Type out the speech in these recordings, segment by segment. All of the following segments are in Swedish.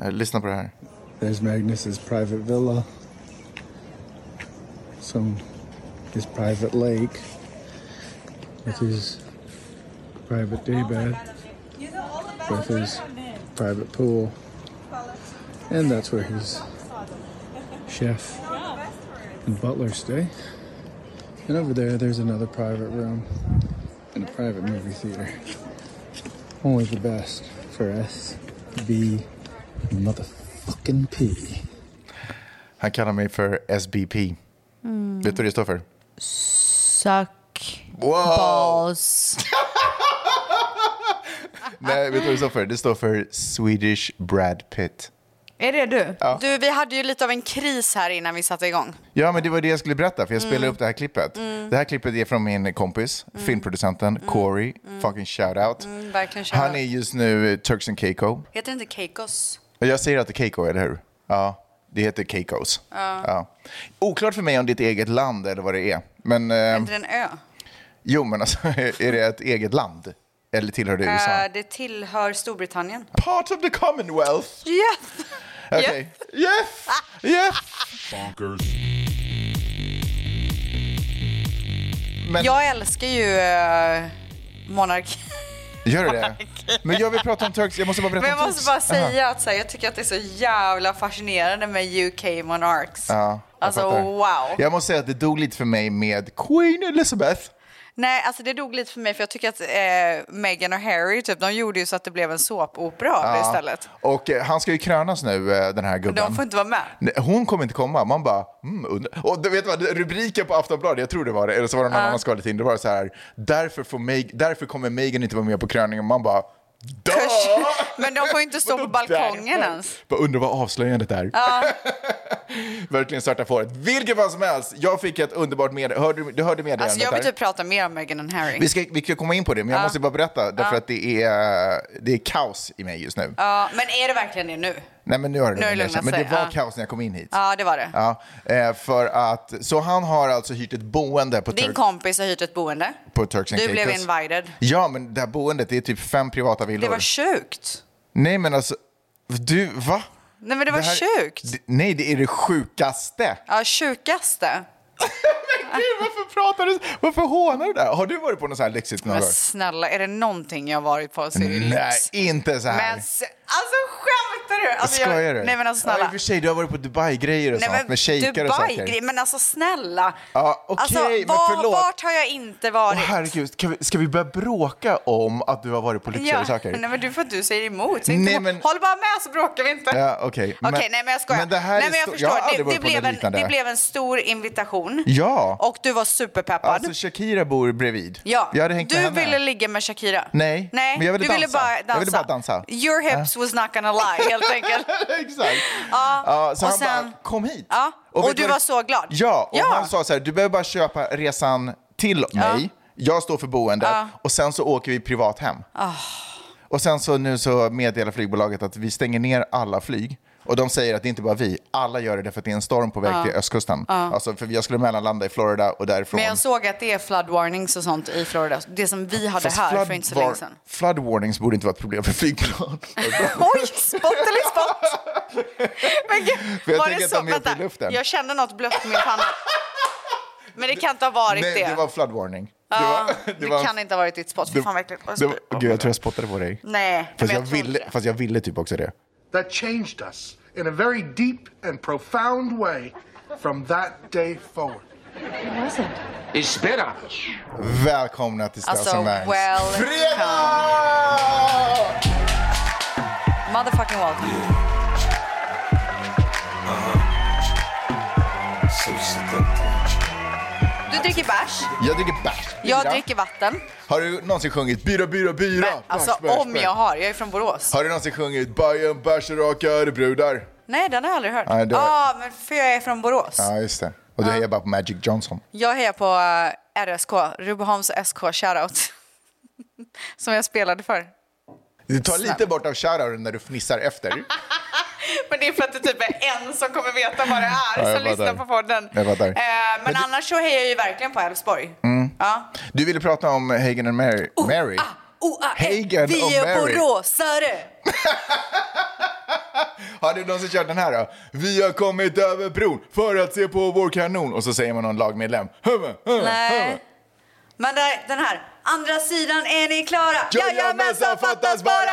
Eh, Lyssna på det här. There's Magnus's private villa. Some his private lake with his private day bed with his private pool. And that's where his chef and butler stay. And over there there's another private room and a private movie theater. Only the best for us. B motherfucking P. Han kallar mig för SBP. Vet du vad det står för? Suck Wow! balls. Nej, Eh, vet du vad det står för? Det står för Swedish Brad Pitt. Är det du? Du, vi hade ju lite av en kris här innan vi satte igång. Ja, men det var det jag skulle berätta, för jag spelade upp det här klippet. Det här klippet är från min kompis, filmproducenten Corey. Fucking shout-out. Mm, verkligen shout Han out. är just nu eh, Turks and Caicos. Heter det inte Keikos? Jag säger att det är Keiko, eller hur? Ja, det heter Keikos. Ja. Oklart för mig om det är ett eget land eller vad det är. Men, eh, Inte det en ö? jo, men alltså, är det ett eget land? Eller tillhör det USA? Eh, det tillhör Storbritannien. Part of the Commonwealth. Yes! Okay. Yes! Yes! Men Jag älskar ju eh, monarki. gör du det? Men jag vill prata om Turks. Jag måste bara berätta Men jag om måste Turks. bara säga att så här, jag tycker att det är så jävla fascinerande med UK Monarchs. Ja, jag alltså fattar. wow. Jag måste säga att det dog lite för mig med Queen Elizabeth. Nej, alltså det dog lite för mig för jag tycker att eh, Meghan och Harry, typ, de gjorde ju så att det blev en såpopera av det istället. Och eh, han ska ju krönas nu, eh, den här gubben. De får inte vara med. Nej, Hon kommer inte komma. Man bara, mm, undrar. Och du vet vad, rubriken på Aftonbladet, jag tror det var det, eller så var det någon annan som skrev det in, det var så här, därför, får Meg- därför kommer Meghan inte vara med på kröningen. Man bara, Duh! Men de får ju inte stå Vadå på balkongen därför? ens. Bara undrar vad avslöjandet är. Verkligen svarta fåret. Vilket fall som helst, jag fick ett underbart med... Hörde, du- du hörde med Alltså jag vill typ prata mer om Meghan än Harry. Vi ska, vi ska komma in på det, men jag måste bara berätta, därför att det är, det är kaos i mig just nu. Ja, men är det verkligen det nu? Nej, men nu har det Nu har det lugnat sig. lugnat Men sig, det var ja. kaos när jag kom in hit. Ja, det var det. Ja, eh, för att, så han har alltså hyrt ett boende på, Din Turk, kompis har hyrt ett boende. på Turks and Du blev Caicos. invited. Ja, men det här boendet, det är typ fem privata Det villor. var sjukt. Nej, men alltså, du, va? Nej men det var här- sjukt. D- Nej, det är det sjukaste. Ja, sjukaste. Gud, varför pratar du? Varför hånar du där? Har du varit på något så här lyxigt någon Men gång? snälla, är det någonting jag har varit på så är det Nej, lyx. inte så här. Men s- alltså skämtar du? Alltså, jag- Skojar du? Nej men alltså Ja, i snälla. och för sig, du har varit på Dubai-grejer och Nej, sånt med shejkar och Dubai, saker. grej- men alltså snälla. Ja, okej, alltså, men var, förlåt. Vart har jag inte varit? Åh, herregud, ska vi, ska vi börja bråka om att du har varit på lyxigare ja. saker? Nej men du får att du säger emot. Säg inte Nej, emot. men- Håll bara med så bråkar vi inte. Ja, okej. Okej, Men- nej men jag skojar. men det här nej, är men jag stor- förstår. jag har aldrig det, varit det, på något blev en, liknande. det blev en stor invitation. Ja. Och du var superpeppad. Alltså Shakira bor bredvid. ja. Jag hade hängt med du henne. ville ligga med Shakira. Nej, nej. men jag ville du ville dansa. bara dansa. Jag ville bara dansa. Your hips was not gonna lie, helt enkelt. Exakt. Ja, Ja, så och han sen- bara, kom hit. Ja, och vet du vad- var så glad. Ja, och Ja. han sa så här, du behöver bara köpa resan till mig. Jag står för boendet och sen så åker vi privat hem. Ah. Och sen så nu så meddelar flygbolaget att vi stänger ner alla flyg. Och de säger att det är inte bara vi, alla gör det därför att det är en storm på väg till östkusten. Alltså, för jag skulle mellanlanda i Florida och därifrån. Men jag såg att det är flood warnings och sånt i Florida. Det som vi hade Fast här för flood inte så war- länge sedan. Flood warnings borde inte vara ett problem för flygplan. Oj, spott eller spott? Men gud, För jag var tänker det att de är uppe i luften. jag kände något blött i min panna. Men det kan inte ha varit Nej, det. det var flood warning. Det, Ja, var, det, kan inte ha varit ditt spott. Fy det- fan vad äckligt. det var- Gud, jag tror jag spottade på dig. Nej, men Fast jag, jag tror inte ville, det. fast jag ville typ också det. that changed us in a very deep and profound way from that day forward. He spit on us. Välkomna till Ställs Alltså, and Bangs. welcome. Fredag! Motherfucking welcome. Du dricker bärs, Jag dricker bärs. jag Fyra. dricker vatten. Har du någonsin sjungit byra, byra, byra? Nej, alltså Bärs, bärs, om bärs. jag har, jag är från Borås. Har du någonsin sjungit Bajen, bärs och raka örebrudar? Nej, den har jag aldrig hört. Nej, det Ja, har- men för jag är från Borås. Ja, just det. Och du hejar bara på Magic Johnson. Jag hejar på eh, RSK, Rubbeholms SK shoutout. Som jag spelade för. Du tar lite bort av shoutouten när du fnissar efter. Men det är för att det typ är en som kommer veta vad det är Ja, jag som lyssnar fattar. på podden. Jag fattar. Eh, men Men det- Mm. annars så hejar jag ju verkligen på Elfsborg. Ja. Du ville prata om Hagen and Mary. Mary. Ah, oh, ah, eh, Hagen vi och är Mary. boråsare! Har du någonsin kört den här då? Vi har kommit över bron för att se på vår kanon. Och så säger man någon lagmedlem. Huvud, huvud, huvud. Nej. Men där, den här. Andra sidan, är ni klara? Jajamensan, fattas bara!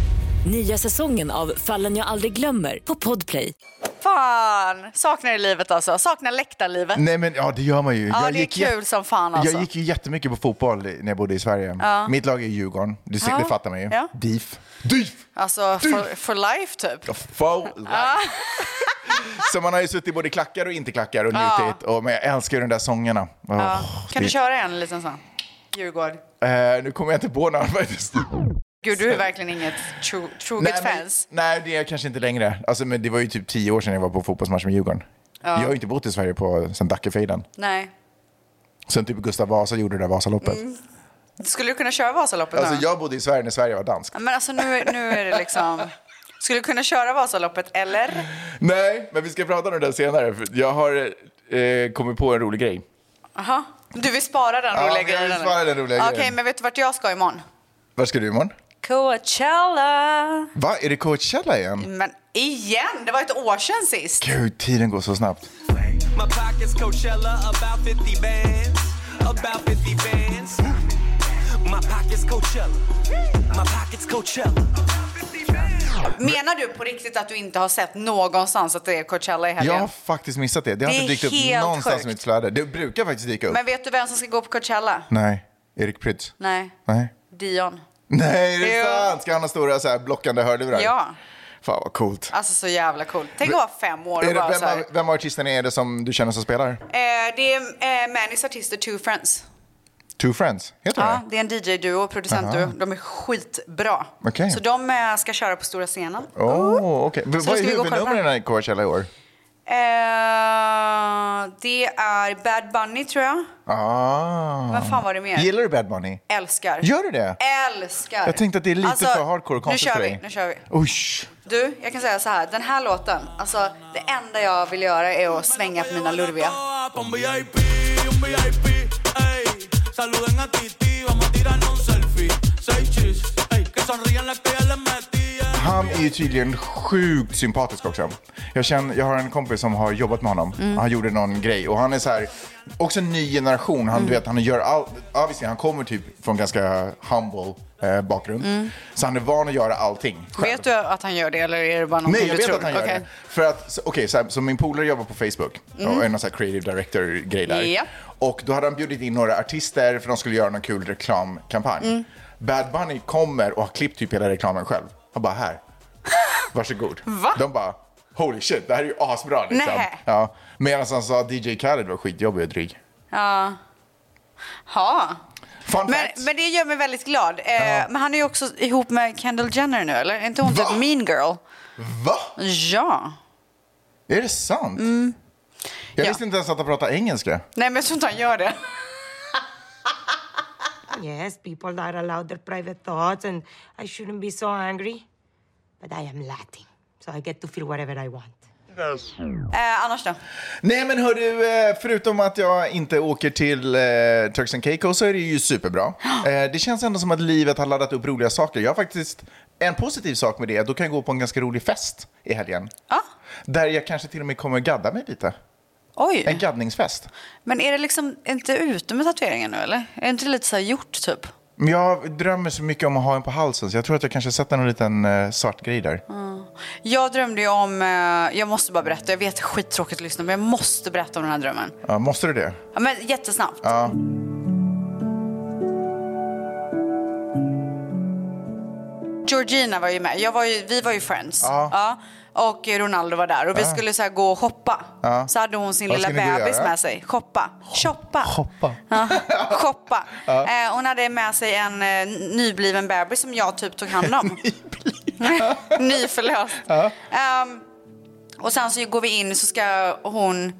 Nya säsongen av Fallen jag aldrig glömmer på Podplay. Fan! Saknar det livet alltså. Saknar läktarlivet. Nej men ja, det gör man ju. Ja, det är kul som fan, alltså. Jag gick ju jättemycket på fotboll i- när jag bodde i Sverige. Mitt lag är Djurgården, det, Ja. det fattar man ju. Ja. DIF. DIF! Alltså, for, for life typ. For life. Så man har ju suttit både i klackar och inte klackar och njutit. Och, men jag älskar ju de där sångerna. Ja. Åh, Kan det- du köra en liten sån? Djurgård. Eh, nu kommer jag inte på några faktiskt. Gud, du är verkligen inget tro, troget Nej, men, fans. nej, det är jag kanske inte längre. Alltså, men det var ju typ tio år sedan jag var på fotbollsmatch med Djurgården. Jag har ju inte bott i Sverige på, sen Dackefejden. Nej. Sen typ Gustav Vasa gjorde det där Vasaloppet. Mm, Skulle du kunna köra Vasaloppet Alltså, nu? jag bodde i Sverige när Sverige var danskt. Ja, Men alltså nu, nu är det liksom... Skulle du kunna köra Vasaloppet eller? Nej, men vi ska prata om det där senare. för Jag har eh, kommit på en rolig grej. Aha. Du vill spara den Ja, roliga men jag vill grejen? spara den roliga Okej, grejen. men vet du vart jag ska imorgon? Var ska du imorgon? Coachella! Va, är det Coachella igen? Men igen, det var ett år sedan sist. Gud, tiden går så snabbt. My pockets Coachella, about 50 bands, about 50 bands. My pockets Coachella, my pockets Coachella. Menar du på riktigt att du inte har sett någonstans att det är Coachella i Jag helgen? har faktiskt missat det. Det har Det är inte dykt upp helt någonstans sjukt. i mitt flöde. Det brukar faktiskt dyka upp. Men vet du vem som ska gå på Coachella? Nej, Erik Prytz. Nej, Nej. Dion. Nej, det är Jo. sant! Ska han ha stora så här, blockande hörlurar? Ja, Fan vad coolt. alltså så jävla coolt. Tänk att vara fem år Är och det, bara så vem, här. av, vem av artisterna är det som du känner som spelar? Eh, Det är eh, Mannys artister Two Friends. Two Friends, heter Ja, de det är en DJ-duo och producentduo. De är skitbra. Okej. Så de eh, ska köra på stora scenen. det? Åh, okej. V- Oh. Så Vad är ska vi gå och kolla på huvudnumren i Coachella i år? Eh, det är Bad Bunny tror jag. Ah. Vad fan var det mer? Eh. Gillar du Bad Bunny? Älskar. Gör du det? Älskar. Alltså, Jag tänkte att det är lite för hardcore och nu konstigt kör för vi, dig. Nu kör vi. Usch. Du, jag kan säga så här. Den här låten, alltså det enda jag vill göra är att svänga på mina lurviga. Un VIP, un VIP, ey. Saluden a Titi, vamos a tirarnos un selfie. Seis chis, ey. Que sonrían las que ya les metí, ey. Han är ju tydligen sjukt sympatisk också. Jag, känner, jag har en kompis som har jobbat med honom. Mm. Han gjorde någon grej och han är så här, också en ny generation. Han, Mm. du vet, han gör allt. Ja, visst, han kommer typ från ganska humble eh, bakgrund. Så han är van att göra allting själv. Mm. Vet du att han gör det eller är det bara Nej, någonting jag du vet tror? att han gör Okej. det. För att, så- okej, så här, så min polare jobbar på Facebook Mm. och är någon så här creative director-grej där. Ja. Och då hade han bjudit in några artister för de skulle göra någon kul reklamkampanj. Mm. Bad Bunny kommer och har klippt typ hela reklamen själv. Han bara, här, varsågod. Va? De bara, holy shit, det här är ju asbra liksom. Nej. Ja. Medan han sa att DJ Khaled var skitjobbig och dryg. Ja. Ha. Fun Men, fact. men det gör mig väldigt glad. Eh, Men han är ju också ihop med Kendall Jenner nu, eller? Är inte hon Va? typ mean girl? Va? Ja. Är det sant? Jag Mm. Ja. visste inte ens att han pratade engelska. Nej, men jag tror inte han gör det. Yes, people are allowed their private thoughts, and I shouldn't be so angry. But I am Latin, so I get to feel whatever I want. Eh, annars då? Nej men hörru, eh, förutom att jag inte åker till eh, Turks and Caicos så är det ju superbra. Eh, Det känns ändå som att livet har laddat upp roliga saker. Jag har faktiskt en positiv sak med det, är att då kan jag gå på en ganska rolig fest i helgen. Där jag kanske till och med kommer gadda mig lite. En Oj. gaddningsfest. Men är det liksom inte ute med tatueringen nu, eller? Är det inte lite så här gjort, typ? Men jag drömmer så mycket om att ha en på halsen så jag tror att jag kanske sätter någon liten eh, svart grej där. Mm. Jag drömde ju om... Eh, jag måste bara berätta. Jag vet, det är skittråkigt att lyssna, men jag måste berätta om den här drömmen. Ja, måste du det? Ja, men jättesnabbt. Georgina var ju med. Jag var ju, vi var ju friends. Ja. Och Ronaldo var där. Och vi skulle så här gå och shoppa. Så hade hon sin Vad lilla ska ni gå och bebis göra? med sig. Shoppa. Shoppa. Shoppa. Ja, shoppa. Eh, hon hade med sig en eh, nybliven bebis som jag typ tog hand om. Nyförlöst. Ehm, Och sen så går vi in så ska hon,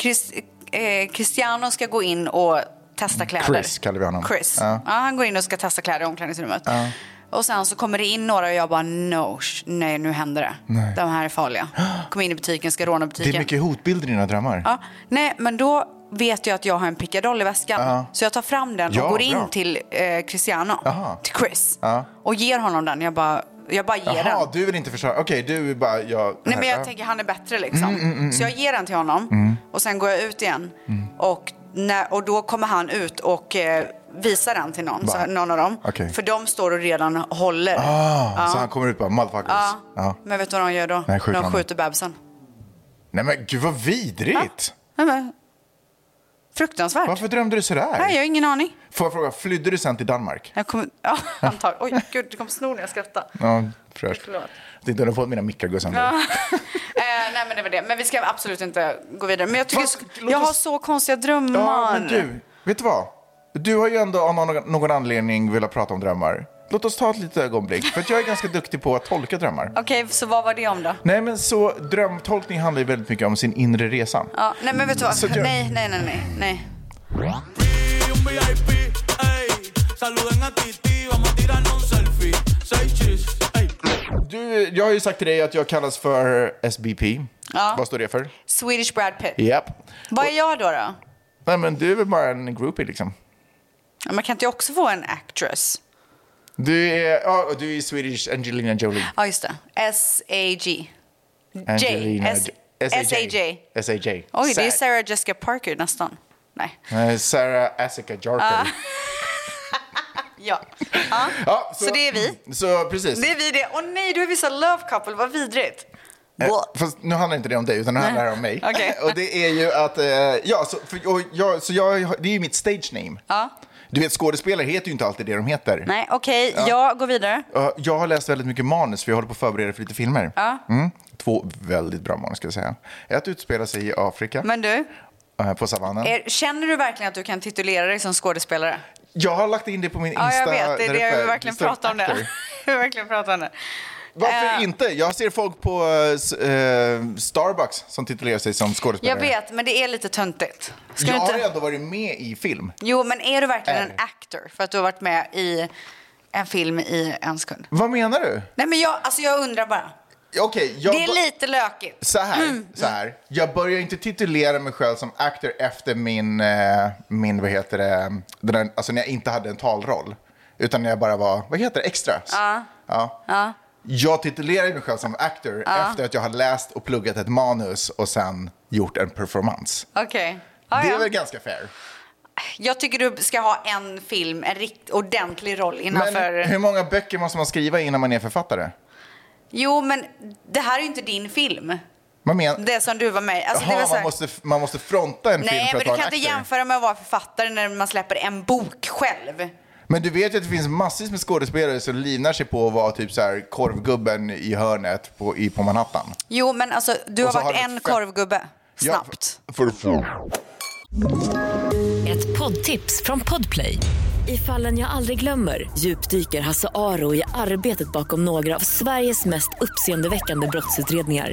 Chris, eh, Cristiano ska gå in och testa kläder. Chris kallar vi honom. Chris. Ja. Ja. han går in och ska testa kläder i omklädningsrummet. Ja. Och sen så kommer det in några och jag bara no, sh- nej nu händer det. Nej. De här är farliga. Kommer in i butiken, ska råna Det butiken. är mycket hotbilder i dina drömmar. Ja, nej, men då vet jag att jag har en pickadoll i väskan. Ja. Så jag tar fram den och Ja, går in bra. till eh, Cristiano, till Chris. Ja. Och ger honom den. Jag bara, jag bara ger Jaha, den. du vill inte förstöra. Okej, du är bara... Jag, Nej, men jag ja. tänker han är bättre liksom. Mm, mm, mm, så jag mm. ger den till honom Mm. och sen går jag ut igen. Och, när, och då kommer han ut och eh, visar den till någon, Va? så, någon av dem. Okej. För de står och redan håller. Ah, Ja. Så han kommer ut bara, motherfuckers. Ja. Ja. Men vet du vad de gör då? Nej, skjut de honom. skjuter bebisen. Nej men gud vad vidrigt. Nej, men, fruktansvärt. Varför drömde du sådär? Nej, jag har ingen aning. Får jag fråga, flydde du sen till Danmark? Jag kommer, ja, antagligen. Oj, gud, det kom snor när jag skrattade. Ja, fräscht. Förlåt. Jag tänkte, du fått mina mickar gå sönder. Ja. eh, nej, men det var det. Men vi ska absolut inte gå vidare. Men jag tycker, låt jag har oss- så konstiga drömmar. Ja, men du, vet du vad? Du har ju ändå av någon, någon anledning velat prata om drömmar. Låt oss ta ett litet ögonblick, för att jag är ganska duktig på att tolka drömmar. Okej, så vad var det om då? Nej, men så drömtolkning handlar ju väldigt mycket om sin inre resa. Ja, nej, men vet du Så vad? att jag- Nej, nej, nej, nej. nej. Du, jag har ju sagt till dig att jag kallas för SBP. Ja. Vad står det för? Swedish Brad Pitt. Japp. Vad är jag då? då? Nej, men du är väl bara en groupie liksom. Ja, Man kan inte jag också få en actress? Du är, ja, och du är Swedish Angelina Jolie. Ja, just det. S-A-G. J. Angelina S- Jo- S-A-J. S.A.J. Oj, det är Sa- Sarah Jessica Parker nästan. Nej. Nej, Eh, Sarah Asica Jarker. Ah. ja. Ja. Ja, så, det är vi. Så precis. Det är vi det. Åh nej, då är vi så love couple. Vad vidrigt. Eh, Fast nu handlar inte det om dig, utan nu handlar det om mig. Okej. och det är ju att, eh, ja, så, för, och jag, så jag, det är ju mitt stage name. Ja. Du vet, skådespelare heter ju inte alltid det de heter. Nej, okej. Ja. Jag går vidare. Eh, Jag har läst väldigt mycket manus, för jag håller på att förbereda för lite filmer. Ja. Mm. Två väldigt bra manus, ska jag säga. Ett utspelar sig i Afrika, Men du, eh, på savannen. är, känner du verkligen att du kan titulera dig som skådespelare? Jag har lagt in det på min Insta. Ja, jag vet. Det är där det jag uppe. vill verkligen Det står prata om det. actor. Jag vill verkligen prata om det. Varför Eh, inte? Jag ser folk på eh, s- eh, Starbucks som titulerar sig som skådespelare. Jag vet, men det är lite töntigt. Ska jag du har inte... ändå varit med i film. Jo, men är du verkligen Är. en actor för att du har varit med i en film i en sekund? Vad menar du? Nej, men jag, alltså jag undrar bara. Okej, jag... det är bo- lite Mm. lökigt. Så här, så här. Jag börjar inte titulera mig själv som actor efter min, eh, min vad heter det, den där, alltså när jag inte hade en talroll. Utan när jag bara var, vad heter det, extras. Ja. Ja. Ja. Jag titulerar mig själv som actor Ja. efter att jag har läst och pluggat ett manus och sen gjort en performance. Okej. Ja, det är ja. väl ganska fair? Jag tycker du ska ha en film, en rikt, ordentlig roll Men innanför... hur många böcker måste man skriva innan man är författare? Jo, men det här är ju inte din film. Man menar... Det som du var med i. Alltså, det var Jaha, så man, här- måste, man måste fronta en film Nej, för men att du vara kan en inte actor. jämföra med att vara författare när man släpper en bok själv. Men du vet ju att det finns massvis med skådespelare som livnar sig på att vara typ så här korvgubben i hörnet på, i, på Manhattan. Jo, men alltså, du har Och så varit har du en fe- korvgubbe. Snabbt. Ja, för, för, Ett poddtips från Podplay. I fallen jag aldrig glömmer djupdyker Hasse Aro i arbetet bakom några av Sveriges mest uppseendeväckande brottsutredningar.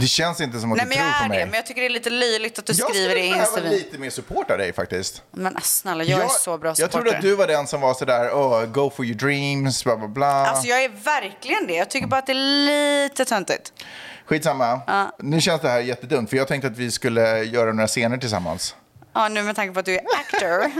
det känns inte som att Nej, du men tror jag är på mig. det, men jag tycker det är lite löjligt att du jag skriver det i skulle behöva Instagram. lite mer support av dig faktiskt. Men alltså, snälla, jag, är så bra Jag trodde att du var den som var sådär, oh, go for your dreams, bla bla bla. Alltså, jag är verkligen det. Jag tycker bara att det är lite töntigt. Skitsamma. Ja. Nu känns det här jättedumt, för jag tänkte att vi skulle göra några scener tillsammans. Ja, nu med tanke på att du är actor.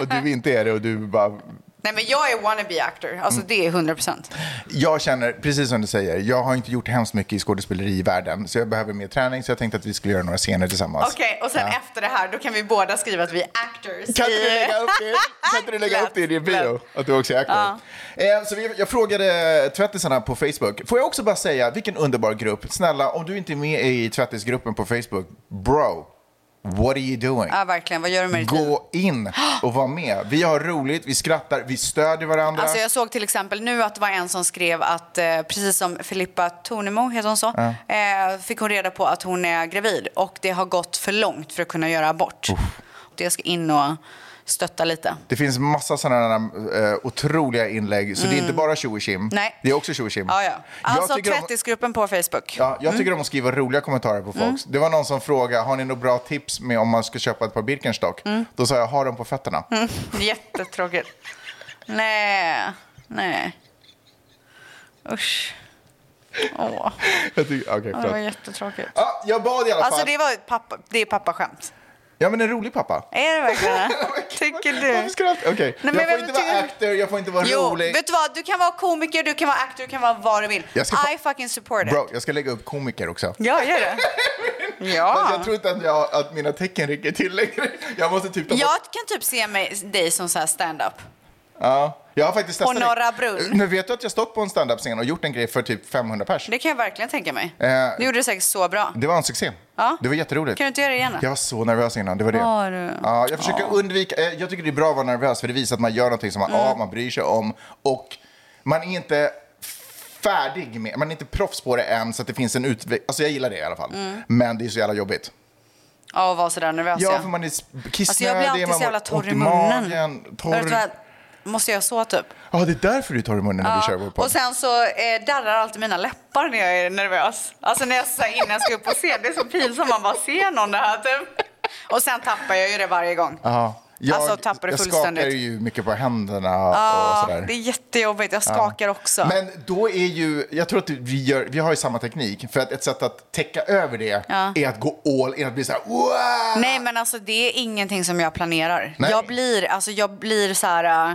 Och du inte är det och du bara Nej, men jag är wannabe actor. Alltså, Mm. det är 100 procent. Jag känner, precis som du säger, jag har inte gjort hemskt mycket i skådespeleri i världen, så jag behöver mer träning, så jag tänkte att vi skulle göra några scener tillsammans. Okej, och sen efter det här, då kan vi båda skriva att vi är actors. Kan i- inte du lägga upp det, kan inte du lägga upp det i din bio? Att du också är aktor. Eh, så vi, jag frågade tvättisarna på Facebook. Får jag också bara säga, vilken underbar grupp. Snälla, om du inte är med i tvättisgruppen på Facebook, bro, What are you doing? Ja, verkligen. Vad gör du med ditt liv? Gå in och var med. Vi har roligt, vi skrattar, vi stödjer varandra. Alltså jag såg till exempel nu att det var en som skrev att eh, precis som Filippa Tornemo, heter hon så, eh, fick hon reda på att hon är gravid och det har gått för långt för att kunna göra abort. Och Jag ska in och stötta lite. Det finns massa sådana här, eh, otroliga inlägg, så det är Mm. inte bara tjo och tjim. Nej. Det är också tjo och tjim. Ja, ja. Alltså tycker om- 30-gruppen på Facebook. Ja, jag tycker om att skriva roliga kommentarer på folk. Mm. Det var någon som frågade, har ni några bra tips med om man ska köpa ett par Birkenstock? Mm. Då sa jag, ha dem på fötterna. Mm, jättetråkigt. Nej, nej. Usch. Åh, Jag tycker, okej, Ja, det förlåt. var jättetråkigt. Ja, jag bad i alla fall. Alltså det, var ett pappa, det är pappaskämt. Ja, men en rolig pappa. Är det verkligen det? Tycker Varför du? skrattar Okej, men jag får vem inte vara actor, jag får inte vara Jo, rolig. vet du vad? Du kan vara komiker, du kan vara actor, du kan vara vad du vill. Jag ska få- I fucking support it. Bro, jag ska lägga upp komiker också. Ja, gör det. Fast ja. jag tror inte att, jag, att mina tecken räcker till längre. Jag måste typ ta bort... Jag kan typ se mig, dig som så här stand-up. Ja, jag har faktiskt testat Och Norra det. Brunn. Nu vet du att jag stått på en standup-scen och gjort en grej för typ 500 pers. Det kan jag verkligen tänka mig. Eh, Du gjorde det säkert så bra. det var en succé. Ja. Det var jätteroligt. Kan du inte göra det igen då? Jag var så nervös innan, det var det. Var du? Ja, jag försöker undvika, eh, jag tycker det är bra att vara nervös för det visar att man gör någonting som man, Mm. ja, man bryr sig om och man är inte färdig med, man är inte proffs på det än så att det finns en utveckling, alltså jag gillar det i alla fall. Mm. Men det är så jävla jobbigt. Ja, och vara sådär nervös. Ja, för man är kissnödig, alltså, Jag blir alltid man så jävla mår ont torr i i munnen. magen, torr- Vet du vad? Måste jag så typ? Ja, det är därför du tar i munnen när vi kör vår podd. och sen så eh, darrar alltid mina läppar när jag är nervös. Alltså när jag så här, innan jag ska upp och se. Det är så pinsamt man bara ser någon det här typ. Och sen tappar jag ju det varje gång. Ja, jag, Alltså, tappar det jag fullständigt. skakar ju mycket på händerna och Ah, sådär. det är jättejobbigt. Jag skakar Ja. också. Men då är ju, jag tror att vi, gör, vi har ju samma teknik, för att ett sätt att täcka över det Ja. är att gå all in, att bli så här, wow! Nej men alltså det är ingenting som jag planerar. Nej. Jag blir, alltså jag blir så här, äh,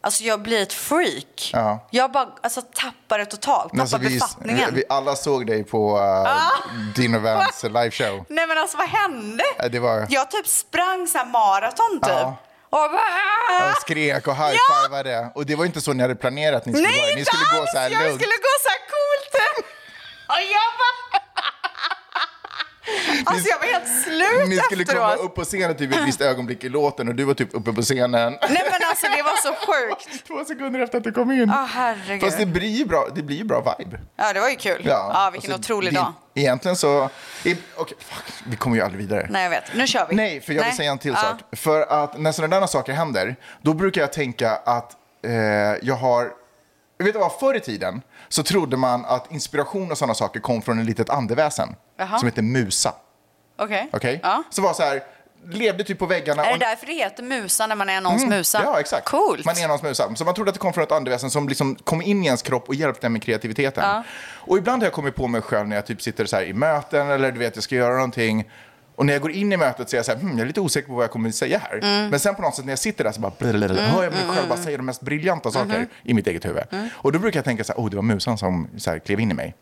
alltså jag blir ett freak. Ja. Jag bara alltså, tappar det totalt, tappar Alltså, vi, vi, befattningen. vi alla såg dig på uh, Ah! din och väns liveshow. Nej men alltså vad hände? Eh, Det var, Jag typ sprang så här maraton typ. Ja. Och bara, jag skrek och high-fivade. Och det var inte så ni hade planerat att ni skulle Nej, vara. Ni inte skulle gå alls! så här Jag lugnt. skulle gå så här coolt. typ. Och jag bara... Alltså jag var helt slut Ni skulle komma efteråt. upp på scenen typ i ett visst ögonblick i låten och du var typ uppe på scenen. Nej men alltså det var så sjukt. Två sekunder efter att du kom in. Ja Ah, herregud. Fast det blir ju bra, det blir ju bra vibe. Ja det var ju kul. Ja, vilken alltså, otrolig det- dag. Egentligen så... i- Okej, fuck, vi kommer ju aldrig vidare. Nej jag vet, nu kör vi. Ah. Nej, för jag vill säga en till sak. För att när sådana där saker händer, då brukar jag tänka att eh, jag har... Vet du vad, förr i tiden så trodde man att inspiration och sådana saker kom från ett litet andeväsen Jaha. som heter musa. Okej. Okej? Så var så här, levde typ på väggarna. Är och- det därför det heter musa när man är någons Mm, musa? Ja, exakt. Coolt. Man är någons musa. Så man trodde att det kom från ett andeväsen som liksom kom in i ens kropp och hjälpte en med kreativiteten. Ja. Och ibland har jag kommit på mig själv när jag typ sitter så här i möten eller du vet, jag ska göra någonting. Och när jag går in i mötet så är jag så här, hmm, jag är lite osäker på vad jag kommer att säga här. Mm. Men sen på något sätt när jag sitter där så bara, blablabla, Mm, hör jag mig mm, själv bara mm. säga de mest briljanta saker Mhm. i mitt eget huvud. Mm. Och då brukar jag tänka så här, oh, det var musan som så här, klev in i mig.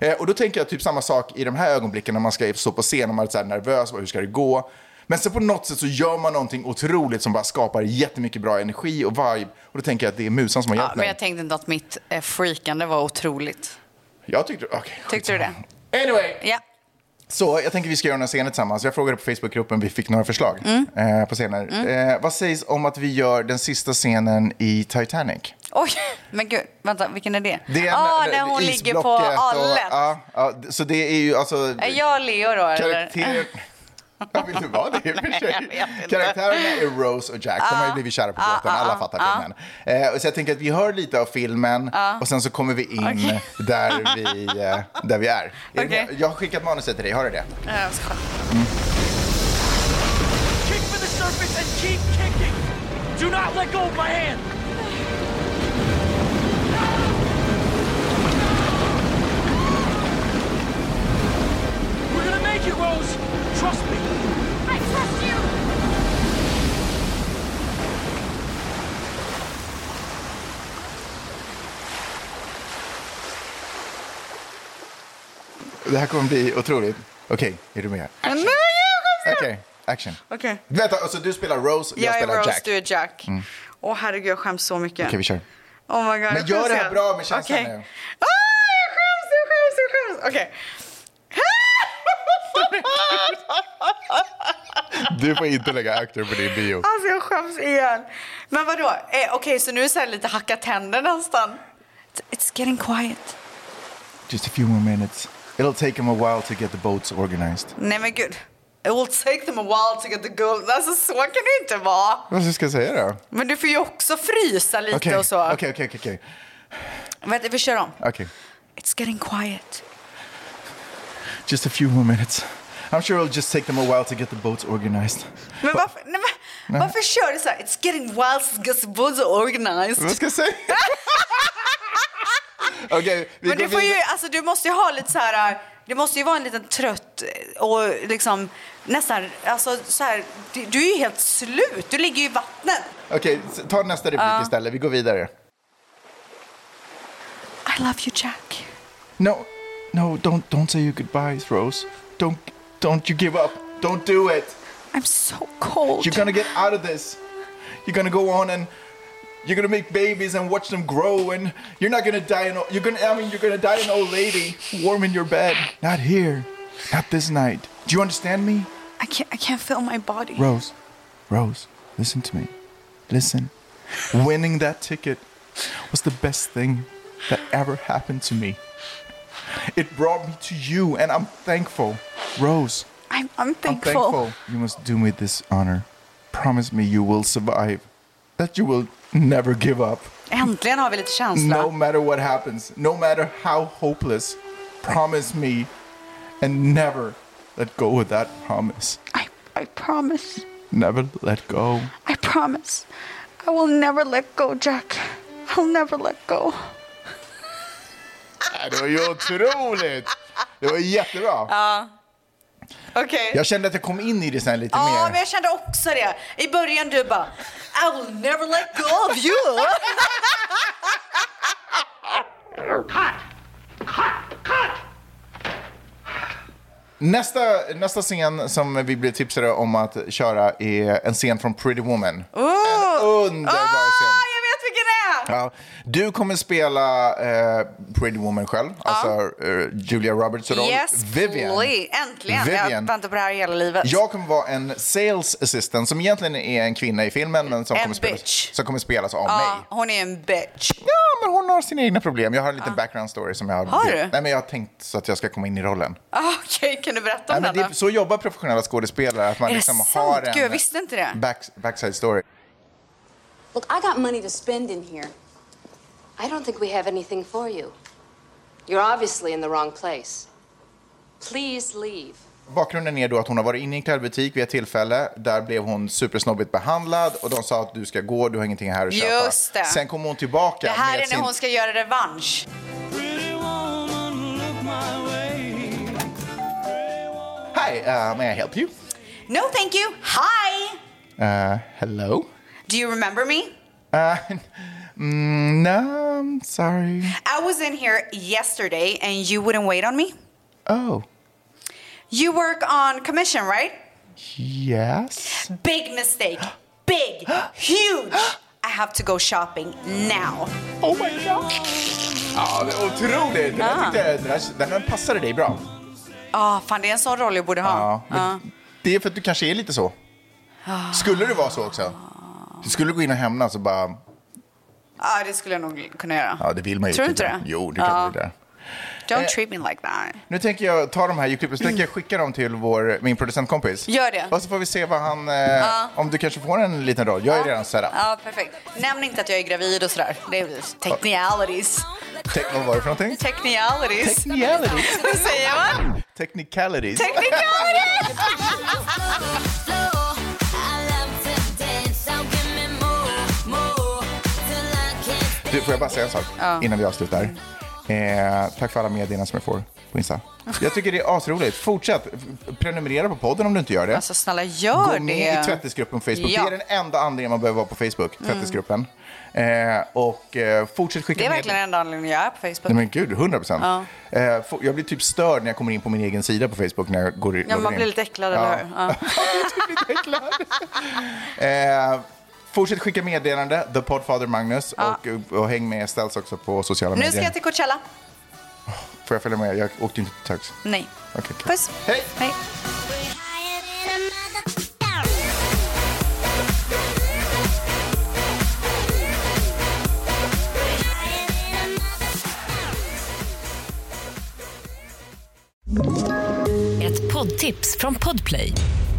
Eh, och då tänker jag typ samma sak i de här ögonblicken när man ska stå på scen och man är så här nervös, och hur ska det gå? Men sen på något sätt så gör man någonting otroligt som bara skapar jättemycket bra energi och vibe. Och då tänker jag att det är musan som har ja, hjälpt men mig. jag tänkte inte att mitt eh, freakande var otroligt. Jag tyckte, okej. Tyckte du det? Anyway. Ja. Så jag tänker vi ska göra några scener tillsammans. Jag frågade på Facebookgruppen, vi fick några förslag Mm. eh, på scener. Mm. Eh, vad sägs om att vi gör den sista scenen i Titanic? Oj, men gud, vänta, vilken är det? Det är ah, när- när hon ligger på isblocket och- allet. Ja, ja, så det är ju alltså... Är jag Leo då? Karaktären... Eller? Jag vill inte vara det i och för sig. Nej, jag vet inte. Karaktärerna är Rose och Jack. De har ju Ah. blivit kära på Ah, båten. ah, Alla ah, fattar ah. filmen. Eh, och så jag tänker att vi hör lite av filmen Ah. och sen så kommer vi in Okej. där, vi, eh, där vi är. Är du med? Jag har skickat manuset till dig. Har du det? Ja, jag ska kolla. Kick for the surface and keep kicking. Do not let go of my hand. We're gonna make it, Rose. Trust me. I trust you. Det här kommer bli otroligt. Okej, är du med? Nej, jag kommer- Okej, action. Okej. Vänta, alltså du spelar Rose, jag, Jag är spelar Rose, Jack. du är Jack. Åh Mm. herregud, jag skäms så mycket. Okej, vi kör. Oh my God, Men jag gör det skäms här igen. bra med känslan Okej. nu. Ah, jag skäms, jag skäms, jag skäms. Okej. Du får inte lägga actor på din bio. Alltså jag skäms igen. Men vadå? Eh, Okej, så nu är det så här lite hacka tänder nästan. It's- It's getting quiet. Just a few more minutes. It'll take him a while to get the boats organized. Nej men gud. It will take them a while to get the gold. Alltså så kan det inte vara. Vad ska jag säga då? Men du får ju också frysa lite Okej, och så. okej, okej, okej, okej. Vänta, vi kör om. Okej. It's getting quiet. Just a few more minutes. I'm sure it'll just take them a while to get the boats organized. Men varför, nej, men, Nej. varför kör du så här? It's getting wild, it gets both organized. Vad ska jag säga? Okej, vi Men går du, får ju, vidare. alltså, du måste ju ha lite så här... Det måste ju vara en liten trött och liksom nästan... Alltså, så här, du, du är ju helt slut. Du ligger ju i vattnet. Okej, s- ta nästa replik Ja. istället. Vi går vidare. I love you, Jack. No, no, don't, don't say your goodbyes, Rose. Don't, don't you give up. Don't do it. I'm so cold. You're gonna get out of this. You're gonna go on and you're gonna make babies and watch them grow, and you're not gonna die. An, o- you're gonna, I mean, you're gonna die an old lady, warm in your bed. Not here. Not this night. Do you understand me, I can't, I can't feel my body. Rose? Rose, listen to me. Listen. Winning that ticket was the best thing that ever happened to me. It brought me to you, and I'm thankful. Rose, I'm, I'm thankful. You must do me this honor. Promise me you will survive. That you will never give up. Äntligen har vi lite känsla. No matter what happens, no matter how hopeless, promise me and never let go of that promise. I promise. Never let go. I promise. I will never let go, Jack. I'll never let go. Äh, Det var ju otroligt! Det var jättebra. Ja. Okej. Jag kände att jag kom in i det sen lite Ja, men mer. jag kände också det. I början du bara, I will never let go of you. Nästa, nästa scen som vi blev tipsade om att köra är en scen från Pretty Woman. En underbar scen. Ah, jag vet vilken det är! Ja, du kommer spela eh, Pretty Woman själv, alltså eh, Julia Roberts roll. Yes, Vivian. please. Äntligen! Jag har Vivian. väntat på det här hela livet. Jag kommer vara en sales assistant som egentligen är en kvinna i filmen men som, En kommer spelas, som kommer spelas av mig. ja, hon är en bitch. Ja, men hon har sina egna problem. Jag har en liten background story som jag har. Har du? Nej, men jag har tänkt så att jag ska komma in i rollen. Ah, Okej, kan du berätta Nej, men om det den då? är, så jobbar professionella skådespelare, att man Är det liksom sant? har en Gud, jag visste inte det. Back, backside story. Look, I got money to spend in here. I don't think we have anything for you. You're obviously in the wrong place. Please leave. Bakgrunden är då att hon har varit inne i en klädbutik vid ett tillfälle. Där blev hon supersnobbigt behandlad och de sa att du ska gå, du har ingenting här att köpa. Just det. Sen kom hon tillbaka Det här är med när sin... hon ska göra revansch. Hi, uh, may I help you? No thank you, hi! Uh, hello? Do you remember me? Uh, mm, no, I'm sorry. I was in here yesterday and you wouldn't wait on me. Oh, You work on commission, right? yes? Big mistake. Big. Huge. I have to go shopping now. Oh my god. Ja, det är otroligt! Den, Ah. där tyckte jag, den, där, den där passade dig bra. Ah, fan det är en sån roll jag borde ha. Ah. Ja, men Ja. Det är för att du kanske är lite så. Ah. Skulle du vara så också? Du skulle gå in och hämnas och bara... Ja, Ah, det skulle jag nog kunna göra. Ja, det vill man ju typ Tror du inte. inte det? Ah. Jo, det kan Ja. man ju det. Don't Eh. treat me like that. Nu tänker jag ta de här ljudklippen så tänker jag skicka dem till vår, min producentkompis. Gör det. Ah. Och så får vi se vad han, eh, Ja. om du kanske får en liten roll. Ah. Jag är redan set up. Ja, perfekt. Nämn inte att jag är gravid och sådär. Det är technicalities. Te- vad var det för någonting? Technicalities. Technicalities. Hur säger man? Technicalities. Technicalities! Du, får jag bara säga en sak Ja. innan vi avslutar? Eh, tack för alla medierna som jag får på Insta. Jag tycker det är asroligt. Fortsätt. F- Prenumerera på podden om du inte gör det. Alltså snälla gör Gå det. med i tvättisgruppen på Facebook. Ja. Det är den enda anledningen man behöver vara på Facebook, Mm. tvättisgruppen. Eh, och eh, fortsätt skicka Det är med- verkligen enda anledningen jag är på Facebook. Nej men gud, 100 procent. Eh, få- jag blir typ störd när jag kommer in på min egen sida på Facebook när jag går i- Ja, loggar man in. blir lite äcklad, Ja. eller hur? Ja. Eh, fortsätt skicka meddelande, The Podfather Magnus, och, och häng med Ställs också på sociala Nu medier. ska jag till Coachella. Får jag följa med? Jag åkte ju inte till Turks. Nej. Okej. Puss. Hej. Hej. Hey. Ett poddtips från Podplay.